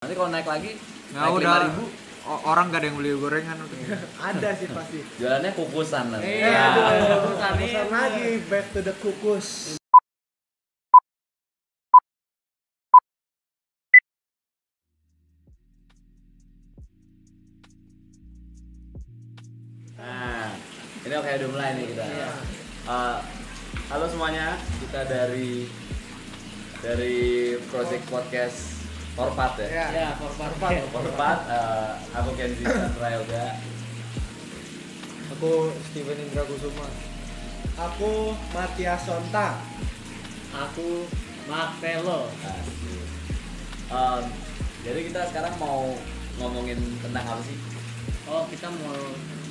Nanti kalau naik lagi, Nggak naik Ya udah 5.000, o- orang gak ada yang beli gorengan udah. ada sih pasti jualannya kukusan nanti. Iya, Nah, Pesan lagi back to the kukus Nah, ini oke udah mulai nih kita. Eh, Halo semuanya, kita dari dari Project Podcast Korpat ya. Iya, ya korban Korpat, eh, aku Kenzi Sandra Yoga. aku Steven Indra Kusuma aku Matias Sonta aku Martelo Asik. Em, Nah, Eh, jadi kita sekarang mau ngomongin tentang apa sih? Oh kita mau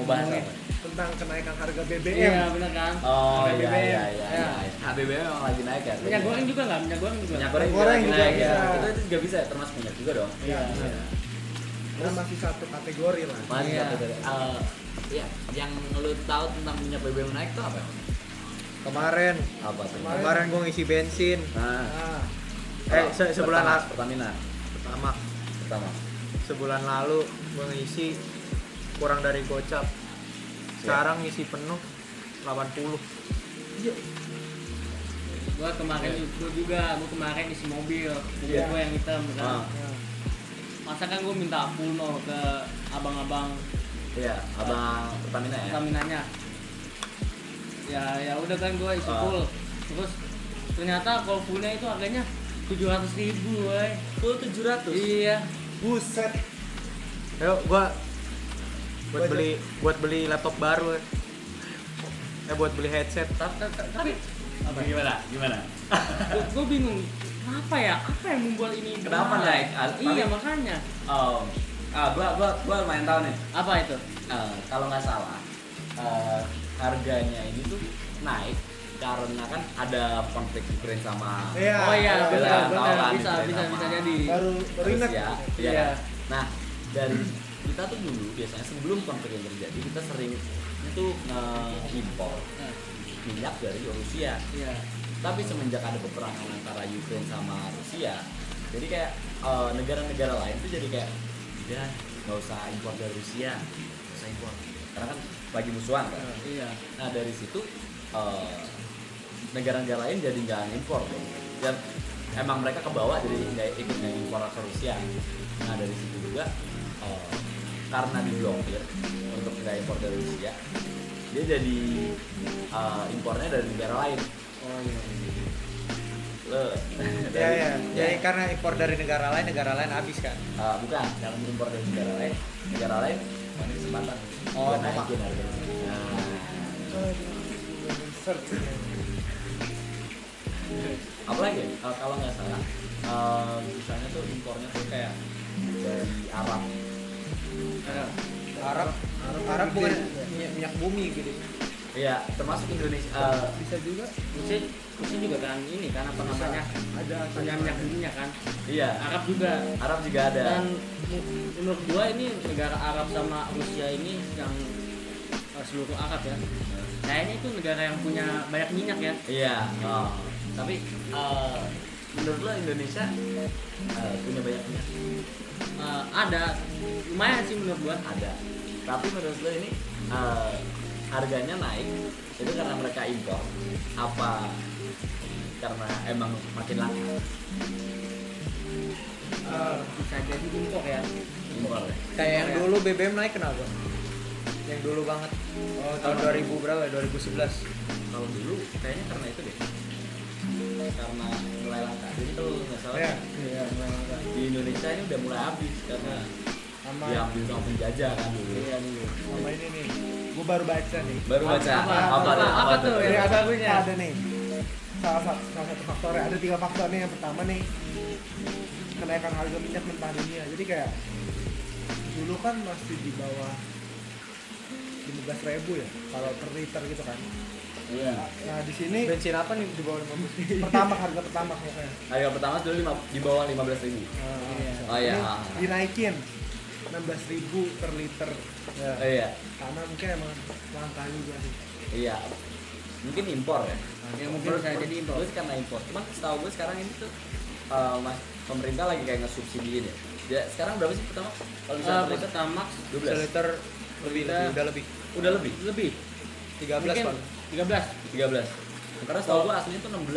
Mau bahas ngomongin- apa? tentang kenaikan harga Iya BBM benar kan? Oh iya BBM. iya iya. iya. HBBM emang lagi naik ya. Iya, Minyak kan goreng juga nggak? Minyak goreng juga. Minyak goreng Minyak juga goreng lagi juga naik ya. bisa. Kita juga bisa ya, termasuk minyak juga dong. Iya. Nah, masih satu kategori lah Masih Iya. satu dari- eh, iya, yang lu tahu tentang minyak BBM naik tuh apa? Kemarin, Apa tuh? Kemarin. kemarin gue ngisi bensin. Nah, nah, Eh, se- sebulan pertama, lalu, Pertamina pertama pertama. sebulan lalu gue ngisi kurang dari gocap. Sekarang ngisi penuh 80. Gua kemarin gua juga, gua kemarin isi mobil, mobil Iya. gua yang hitam Ah, kan. Masa kan gua minta full no ke abang-abang iya, abang Pertamina ya. Pertamina-nya. Ya ya udah kan gua isi Ah. full. Terus ternyata kalau fullnya itu harganya tujuh ratus ribu, woy. Full 700. Iya. buset Ayo gua buat Gua beli buat beli laptop baru. eh. Eh buat beli headset. Ta- ta- ta- Tapi Apa gimana? Gimana? gue bingung kenapa ya apa yang membuat ini Kenapa mahal? naik? Ah, Al- iya paling- makanya Oh, ah, gua gua gua lumayan tahu nih. apa itu Eh, kalau nggak salah eh, harganya ini tuh naik karena kan ada konflik Ukraina sama Iya. oh iya Bela, benar bela, benar lawan bisa Ukraina bisa sama bisa jadi baru baru ingat Rusia. Iya. Iya. kan? Nah, dari kita tuh dulu biasanya sebelum konflik yang terjadi kita sering itu nge-impor Nah, minyak dari Rusia. iya Tapi semenjak ada peperangan antara Ukraina sama Rusia, jadi kayak eh, negara-negara lain tuh jadi kayak udah nggak usah impor dari Rusia, nggak usah impor karena kan lagi musuhan kan. iya Nah dari situ eh, negara-negara lain jadi nggak impor dong. Dan emang mereka kebawa jadi nggak ikut nggak impor ke Rusia. Nah dari situ juga eh, karena diblokir untuk nggak impor dari Rusia, dia jadi eh, impornya dari negara lain. oh iya Loh, Ya dari- ya. ya. Jadi karena impor dari negara lain, negara lain habis kan. Eh, bukan dalam impor dari negara lain, negara lain oh, ini kesempatan. Oh, Gua apa? naikin harganya. Nah, Search. apalagi ya? Eh, kalau nggak salah eh, misalnya tuh impornya tuh kayak dari Arab Iya. Arab Arab Arab gede. bukan minyak, minyak bumi gitu. iya termasuk Indonesia eh, bisa juga Rusia Rusia juga kan ini kan apa namanya ada punya minyak dunia kan iya Arab juga Arab juga ada dan mu- menurut gua ini negara Arab sama Rusia ini yang eh, seluruh Arab ya kayaknya itu negara yang punya banyak minyak ya iya oh. tapi eh, menurut lo Indonesia eh, punya banyak minyak Eh, ada lumayan sih menurut gua ada tapi menurut lo ini eh, harganya naik itu karena mereka impor apa karena emang makin langka bisa jadi impor ya impor ya? Kayak yang Ya. dulu BBM naik kenapa? Yang dulu banget. Oh, tahun 2000 berapa ya? 2011. kalau dulu kayaknya karena itu deh karena mulai langka jadi kalau nggak salah ya di Indonesia ini udah mulai habis karena sama diambil sama penjajah kan dulu iya dulu sama ini nih gue baru baca nih baru baca apa, apa, tuh, apa tuh? Jadi Iya, ada bagusnya. ada nih salah satu salah satu faktornya ada tiga faktor nih yang pertama nih kenaikan harga minyak mentah dunia jadi kayak dulu kan masih di bawah 15.000 ya kalau per liter gitu kan Iya. nah di sini Bensin apa nih di bawah 50? pertama harga pertama pokoknya harga pertama dulu lima, di bawah lima belas ribu Oh, iya. Nah, Ini dinaikin 16.000 per liter oh, iya karena mungkin emang langka juga sih iya mungkin impor ya ya mungkin bisa jadi impor Terus karena impor cuman setahu gue sekarang ini tuh eh, mas pemerintah lagi kayak ngesubsidiin ya Ya, sekarang berapa sih pertama? Kalau bisa Eh, mereka pertamax 12. Seliter lebih, Kita- lebih, udah lebih. Udah lebih? lebih 13 mungkin Bang. 13. 13 Karena setahu gua aslinya tuh 16.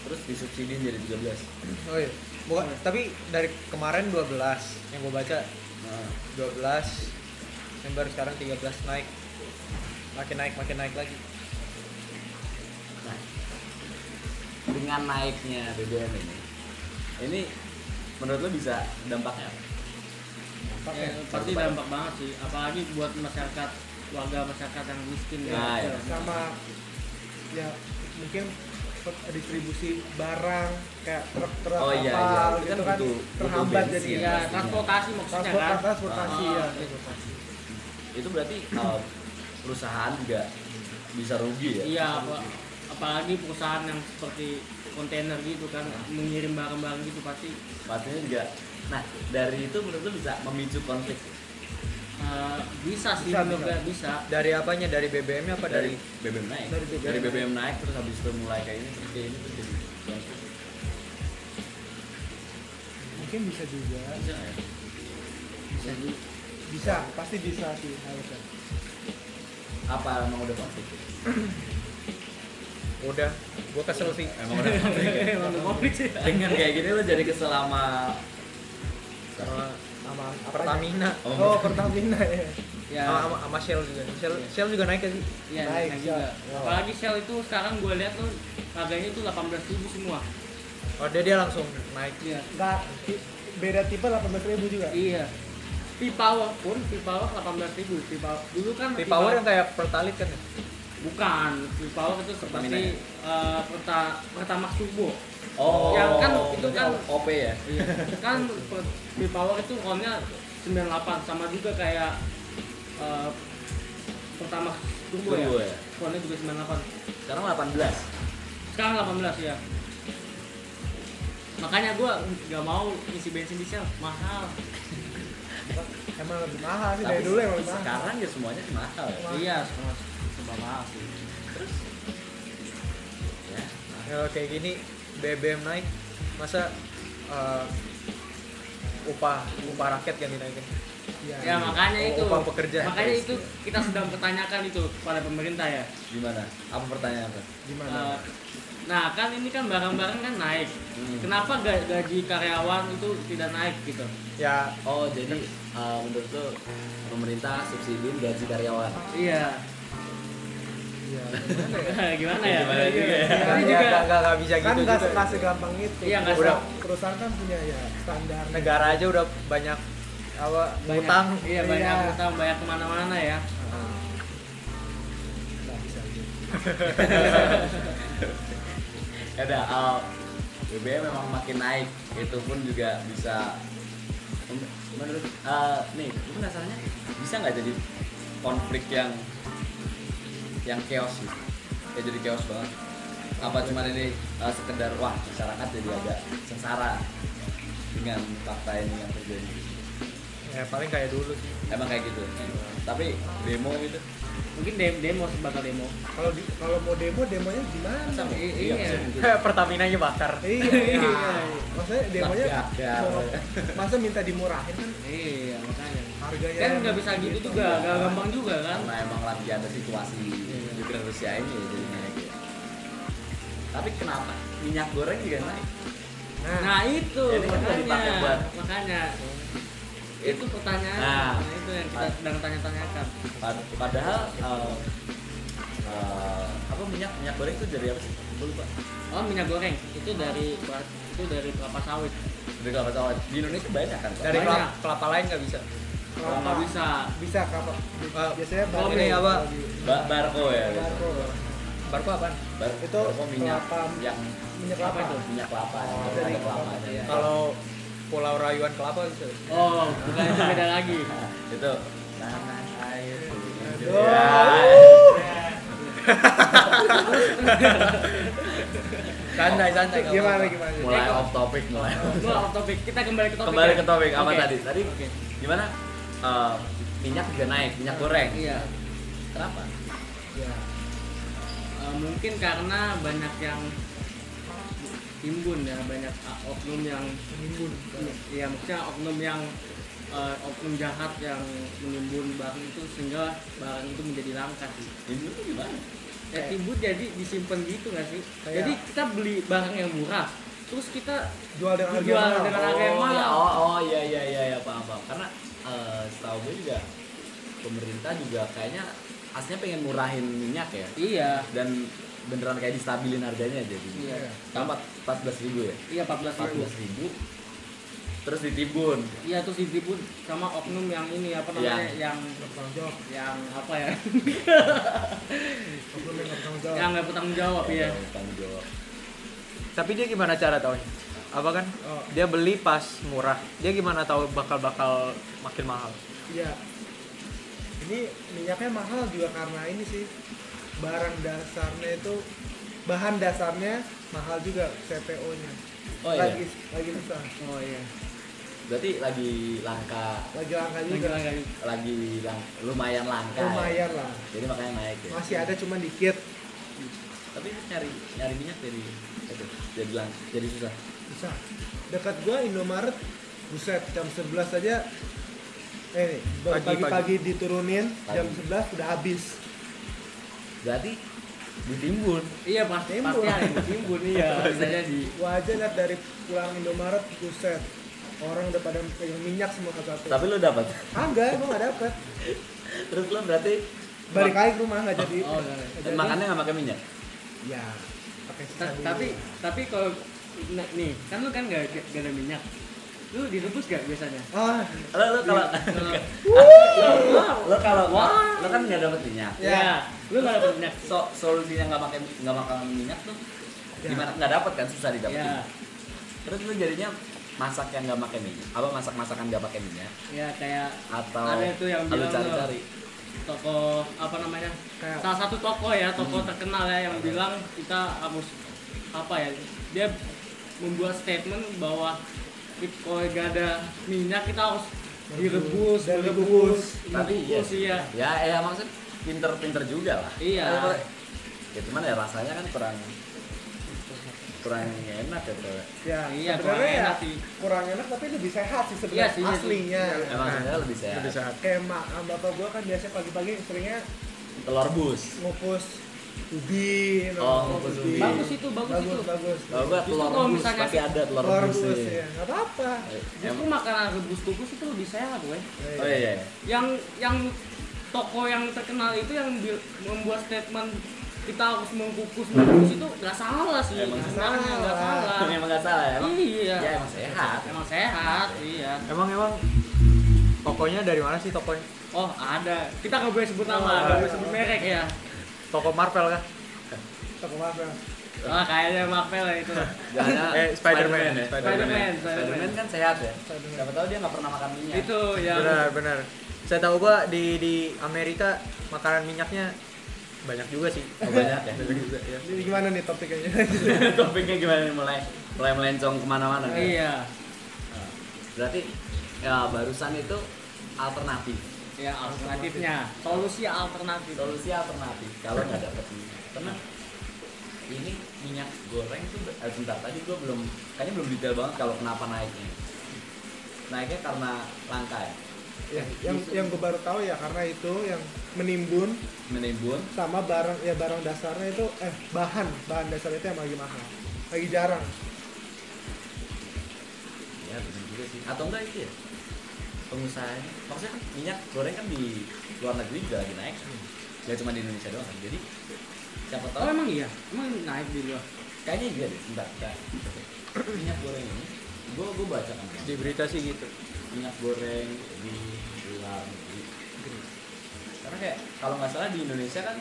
Terus disubsidi jadi 13. Oh iya. Bukan, tapi dari kemarin 12 yang gue baca Nah, 12 yang baru sekarang 13 naik. Makin naik, makin naik lagi. Nah, dengan naiknya BBM ini, ini menurut lo bisa dampaknya apa? Ya, pakai pasti Sampai. dampak banget sih apalagi buat masyarakat warga masyarakat yang miskin ya, Nah, ya. ya. sama ya mungkin distribusi barang kayak truk-truk Oh, iya, apa iya. Itu gitu kan kan butuh- butuh terhambat bensin. jadi Ya, Iya. transportasi maksudnya kan transportasi transportasi Ah, ya Itu berarti eh, perusahaan juga bisa rugi ya? iya apa- apalagi perusahaan yang seperti kontainer gitu kan mengirim barang-barang gitu pasti Pastinya juga. Nah, dari itu menurut lo bisa memicu konflik eh, bisa sih Bisa, menurut bisa. gue bisa Dari apanya? Dari BBM-nya apa dari dari BBM naik. Dari BBM Dari BBM naik terus habis itu mulai kayak ini terus kayak ini terus jadi konflik. mungkin bisa juga Bisa nggak ya? bisa juga bisa pasti bisa sih harusnya Apa emang udah konflik? udah gue kesel sih Emang udah konflik. ya? Emang konflik sih Dengan kayak gini lo jadi kesel sama sama sama apa Pertamina oh Pertamina ya ya sama, sama, sama Shell juga Shell, Shell juga naik ya sih ya Naik, naik Shell. juga Ya. apalagi Shell itu sekarang gue lihat tuh harganya itu 18.000 semua oh dia dia langsung naik iya nggak ti- beda tipe 18.000 juga iya P-Power pun P-Power 18.000 P-Power dulu kan Tapi power P-Power- yang kayak pertalit kan ya? Bukan, Full Power itu seperti Pertamina eh, perta pertamax turbo. Oh, Yang kan itu berarti kan- OP ya. Iya. kan per- Full Power itu ronnya 98 sama juga kayak eh, pertamax turbo, Turbo ya. ya. Ronnya juga 98. Sekarang 18. Sekarang 18 ya. Makanya gua nggak mau isi bensin di Shell, mahal. emang lebih mahal sih dari dulu emang lebih mahal sekarang ya semuanya mahal ya. Mahal. Iya, semua semua mahal sih. Ya. Kalau kayak gini BBM naik masa eh, upah upah rakyat yang dinaikin Iya. Ya makanya itu. Upah pekerja. Makanya itu kita sedang pertanyakan itu kepada pemerintah ya. gimana apa pertanyaan apa gimana Uh, nah kan ini kan barang-barang kan naik Hmm. kenapa ga- gaji karyawan itu tidak naik gitu ya oh jadi uh, menurut lo pemerintah subsidi gaji karyawan iya Iya. gimana ya Gimana juga ya? Ini nggak juga nggak nggak- nggak bisa kan gitu nggak juga. nggak segampang itu Iya, nggak Perusahaan- segampang. perusahaan kan punya ya standar negara aja udah banyak apa banyak utang iya Iya. banyak utang banyak kemana-mana ya nggak bisa gitu. ada uh, BBM memang makin naik itu pun juga bisa menurut uh, nih gue penasarannya bisa nggak jadi konflik yang yang chaos sih ya jadi chaos banget apa cuman ini uh, sekedar wah masyarakat jadi agak sengsara dengan fakta ini yang terjadi ya paling kayak dulu sih Emang kayak gitu. Tapi demo gitu. mungkin dem- demo sebagai demo kalau di- kalau mau demo demonya gimana Sama- i- Iya, bisa iya. gitu. Pertamina aja bakar Iya. Maksudnya demonya Tapi ada. mau- masa minta dimurahin kan iya makanya harganya. kan nggak bisa gitu juga nggak gampang juga kan Karena emang lagi ada situasi Iya. di Ukraina Rusia ini ya, jadi naik ya. Tapi kenapa minyak goreng juga naik? Nah, nah itu Jadi kan mau dipakai makanya buat- makanya itu pertanyaan Nah. Nah, itu yang kita sedang tanya-tanyakan Pad- Padahal eh, eh, apa minyak minyak goreng itu dari apa sih? Gue lupa. Oh minyak goreng itu dari itu dari kelapa sawit. Dari kelapa sawit. Di Indonesia banyak kan? Pak? dari Banyak. kelapa, kelapa lain nggak bisa Oh. Kalau nggak bisa bisa apa? Ah, Biasanya kalau barco- ini apa? kalau di- Ba- barco ya. Gitu. barco. barco apaan Bar- Itu barco minyak kelapa- yang Minyak Apa kelapa. itu? minyak kelapa. Oh, yang dari ada kelapa. kelapa. kalau pulau rayuan kelapa bisa Oh bukan itu beda lagi. Nah, itu tanah air. Iya. Aduh. santai santai nggak Gimana apa-apa. gimana? Mulai off topic mulai. Lu off topic. Kita kembali ke topik. kembali ya? ke topik apa Oke. tadi tadi Oke. gimana Eh, minyak juga naik minyak goreng Iya. kenapa Ya. Eh, mungkin karena banyak yang timbun ya banyak ah, oknum yang menimbun ya maksudnya oknum yang eh, oknum jahat yang menimbun barang itu sehingga barang itu menjadi langka sih. Ini tuh gimana? Ya, timbun jadi disimpan gitu nggak sih? Iya. Kayak- Jadi kita beli barang yang murah, terus kita jual dengan harga Jual mahal. dengan- Karena kayak mahal. iya, oh, oh iya iya iya iya paham paham. Karena eh, setahu gue juga pemerintah juga kayaknya aslinya pengen murahin minyak ya iya dan beneran kayak distabilin harganya jadi. iya Iya. Tambah 14 ribu ya? iya 14 ribu. 14 ribu terus ditimbun Iya terus ditimbun sama oknum yang ini apa Iya. namanya yang Nggak bertanggung jawab yang apa ya sebelumnya nggak bertanggung jawab yang nggak bertanggung jawab ya tanggung jawab Tapi dia gimana cara taunya? Apa kan? Oh. Dia beli pas murah. Dia gimana tahu bakal-bakal makin mahal? Iya. Ini minyaknya mahal juga karena ini sih barang dasarnya itu bahan dasarnya mahal juga CPO-nya. oh iya lagi lagi susah, oh iya berarti lagi langka lagi langka juga. Gila, gila. lagi lang- lumayan langka ya? Lumayan lah. jadi makanya naik ya Masih ada cuman dikit. tapi kan nyari nyari minyak dari itu jadi lang jadi susah Bisa. Dekat gua Indomaret buset jam 11 aja eh nih, baru Pagi, pagi-pagi diturunin Pagi. jam 11 udah habis. berarti ditimbun iya pasti Timbun. pasti ada yang timbun iya bisa jadi Gua aja liat dari pulang Indomaret buset orang udah pada pegang minyak semua satu-satu. tapi lu dapat Kagak, gua nggak dapet. terus lu berarti balik lagi ke rumah nggak jadi oh iya. nggak dan jadi. makannya nggak pakai minyak ya pakai sisa Ta- dulu. tapi tapi kalau nah, nih kan lu kan gak, gak ada minyak lu direbus gak biasanya ah lo lo kalau Wow. lo kalau Wah. lo kan nggak dapat minyak ya lu gak dapet minyak so solusinya nggak pakai nggak makan minyak tuh Ya. gimana nggak dapat kan susah didapetin ya Terus lu jadinya masak yang nggak pakai minyak? Apa masak masakan nggak pakai minyak? ya kayak Atau Ada itu yang lu bilang cari-cari? toko apa namanya Kayak- salah satu toko ya toko terkenal ya yang bilang kita harus apa ya dia membuat statement bahwa "Ip- kalau gak ada minyak kita harus direbus Dan direbus dikukus. Tapi iya. direbus iya Ya, ya maksud pinter-pinter juga lah. Iya. Apa- Ya cuman ya rasanya kan kurang kurang enak ya bro. ya Iya, sebenarnya kurang ya enak sih. kurang enak tapi lebih sehat sih sebenarnya Iya sih, iya sih. aslinya Nah, Emang sebenarnya Ya, lebih sehat. Lebih sehat. kayak mak sama bapak gua kan biasanya pagi-pagi seringnya Telur bus. ngukus ubi Oh, ngukus ngukus ubi. bagus itu bagus bagus, Oh, itu bagus Kalau gua telur kalau bus misalnya- pasti ada telur telur bus. rebus iya. ya nggak apa-apa Eh, Justru em- makanan rebus kukus itu lebih sehat, weh. Oh iya. iya. Yang yang toko yang terkenal itu yang bi- membuat statement kita harus mengkukus mengkukus itu nggak salah sih. Emang Sebenarnya nggak salah. salah. Emang nggak salah ya? Emang, Iya. Ya emang sehat. Emang sehat, iya. Emang emang tokonya dari mana sih tokonya? Oh ada, kita nggak boleh sebut Oh, nama, nggak boleh iya. sebut merek ya. Toko Marvel kah? toko apa Wah Ah, kayaknya Marvel ya itu. Jangan Eh, Spider-Man. ya. Spider-Man, Spider-Man Spider-Man. kan sehat ya. Spider-Man. Siapa tahu dia nggak pernah makan minyak. Itu yang Benar, benar. Saya tahu gua di di Amerika makanan minyaknya banyak juga sih. Oh, banyak ya. jadi gimana nih topiknya Topiknya gimana nih mulai mulai melencong kemana-mana. ya? Iya, Nah, Berarti ya, barusan itu alternatif, ya alternatifnya, solusi alternatif. Oh, solusi alternatif. Kalau nggak dapet minyak, karena ini minyak goreng tuh eh, bentar tadi gue belum kayaknya belum detail banget kalau kenapa naiknya. Naiknya karena langka ya, ya yang yang gue baru tahu ya karena itu yang menimbun menimbun. sama barang ya barang dasarnya itu eh bahan bahan dasar itu yang lagi mahal lagi jarang Ya benar juga sih. Atau enggak itu ya? Pengusahanya, maksudnya kan minyak goreng kan di luar negeri juga lagi naik. Gak cuma di Indonesia doang. kan. Jadi siapa tahu Oh emang iya, emang naik di luar. kayaknya iya deh sebentar sebentar. minyak goreng ini gue gue baca kan Di berita sih gitu. minyak goreng di luar negeri karena kayak kalau nggak salah di Indonesia kan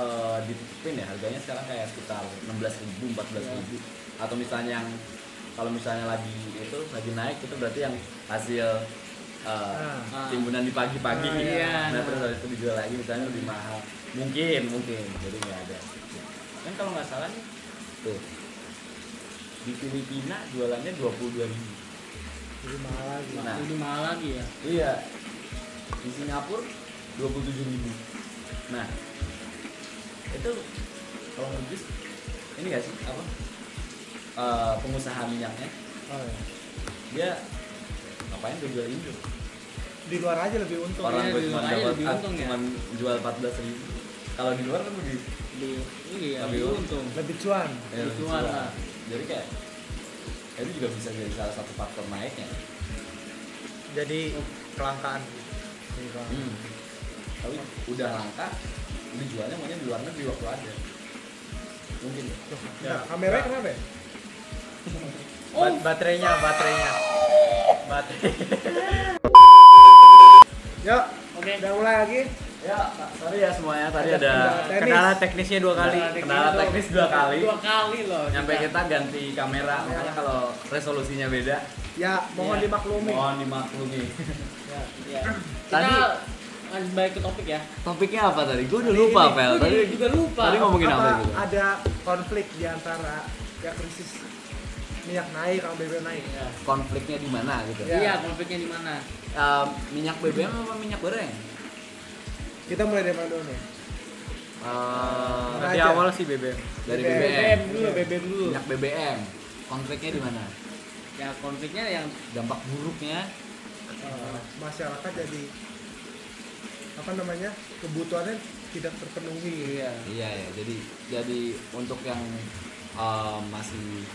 eh, ditutupin ya harganya sekarang kayak sekitar 16.000 ribu 14 ribu atau misalnya yang kalau misalnya lagi itu lagi naik itu berarti yang hasil eh, Ah. timbunan di pagi-pagi Ah, iya. nah terus habis itu dijual lagi misalnya lebih mahal mungkin mungkin jadi nggak ada kan kalau nggak salah nih tuh di Filipina jualannya 22.000 ribu jadi mahal lagi Nah. Lebih mahal lagi ya. Iya. Di Singapura 27.000. Nah, itu kalau menurut Gis, ini gak sih apa? eh, pengusaha minyaknya Oh, iya. dia ngapain tuh jual Indo di luar aja lebih untung orang Iya, gue di cuma luar aja dapat lebih ah, untung ya. cuma jual 14.000 ribu kalau di luar kan lebih Di, iya, Tapi lebih lu- untung. ah. lebih cuan ya, lebih Cuan jual. lah. jadi kayak ya itu juga bisa jadi salah satu faktor naiknya jadi kelangkaan Hmm. Tapi udah langka, dijualnya maunya di luar negeri waktu ada. Mungkin ya. Ya. nah, kameranya kenapa ya? Oh, Ba- baterainya baterainya baterai yuk oke. Ya. udah mulai lagi Ya, sorry ya semuanya. Tadi Ada ada kendala teknis. kendala teknisnya dua kali Kendala teknis dua kali. Iya. Dua kali loh. nyampe kita ganti kamera, makanya kalau resolusinya beda, ya Oh, mohon Iya. dimaklumi mohon dimaklumi. Iya. Tadi- Kita lanjut balik ke topik ya. Topiknya apa tadi? Gue udah Tadi lupa, ini, Pel. Gue Tadi juga lupa. tadi ngomongin apa apa gitu? itu? ada konflik di antara ya krisis minyak naik kalau BBM naik Iya. Konfliknya di mana gitu? Ya. Iya, konfliknya di mana? Eh, minyak BBM apa minyak goreng? kita mulai dari mana dulu nih Eh, Nanti Aja. awal sih BBM dari BBM. BBM. BBM dulu, Iya. BBM dulu. Minyak BBM. Konfliknya di mana? Ya konfliknya yang Dampak buruknya Eh, masyarakat jadi apa namanya kebutuhannya tidak terpenuhi iya. Iya ya, jadi jadi untuk yang eh, masih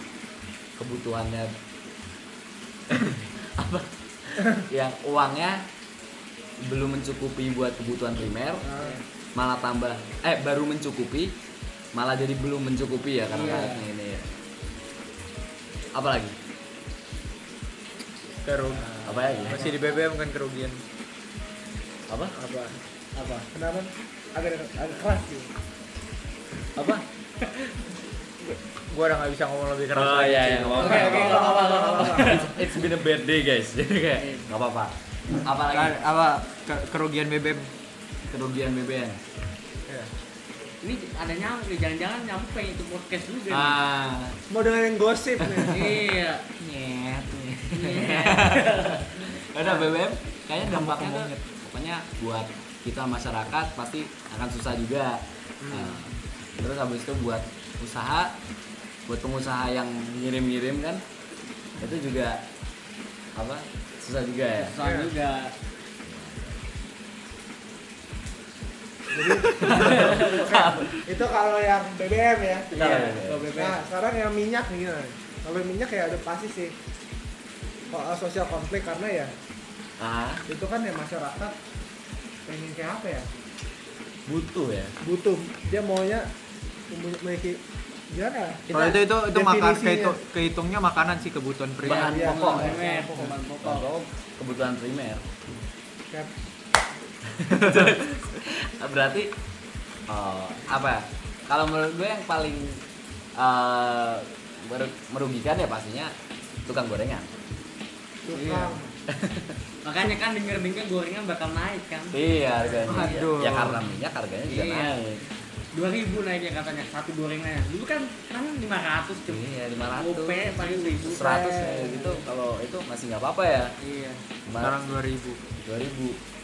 kebutuhannya apa? yang uangnya belum mencukupi buat kebutuhan primer, Nah, malah tambah eh baru mencukupi, malah jadi belum mencukupi ya karena Iya. naiknya ini ya. Apalagi? kerugian Apa lagi? masih di BBM kan kerugian Apa? apa Apa? kenapa agak agak keras gitu Apa? gua udah nggak bisa ngomong lebih keras Oh lagi iya sih. iya, nggak Oke, oke, apa-apa. nggak apa-apa, nggak apa-apa. It's- It's been a bad day guys. Jadi kayak nggak apa-apa. Apalagi Kan, apa ke- kerugian BBM kerugian BBM. Iya. Ini ada nyampe, nih, jangan-jangan nyampe pengen itu podcast juga. nih. Ah, mau dengerin gosip nih Iya. nyet. Iya. Ada BBM, kayaknya dampaknya tuh pokoknya buat kita masyarakat pasti akan susah juga. Nah, terus habis itu buat usaha, buat pengusaha yang ngirim-ngirim kan, itu juga apa susah juga ya. Soal Iya. juga. itu kalau yang BBM ya Iya, Iya, iya. soal BBM. nah sekarang yang minyak nih gimana? kalau minyak ya udah pasti sih Ko- sosial konflik karena ya Ah, itu kan ya masyarakat pengen kayak apa ya butuh ya. butuh dia maunya memiliki gimana kalau itu itu itu makan Definisinya. kehitung, kehitungnya makanan sih kebutuhan primer Iya, Bahan pokok ya. Primer, bahan pokok. Kalau kebutuhan primer. Kayak berarti eh, apa ya? kalau menurut gue yang paling eh, meru- merugikan ya pastinya tukang gorengan tukang Makanya kan denger-denger gorengan bakal naik kan. iya harganya iya. Aduh. ya karena minyak harganya juga Iya. naik 2000 naiknya katanya satu gorengannya. Dulu kan sekarang 500 cuy. iya OP 500 paling 1000. 100 ya gitu kalau itu masih nggak apa-apa ya Iya. Cuma sekarang 2000 2000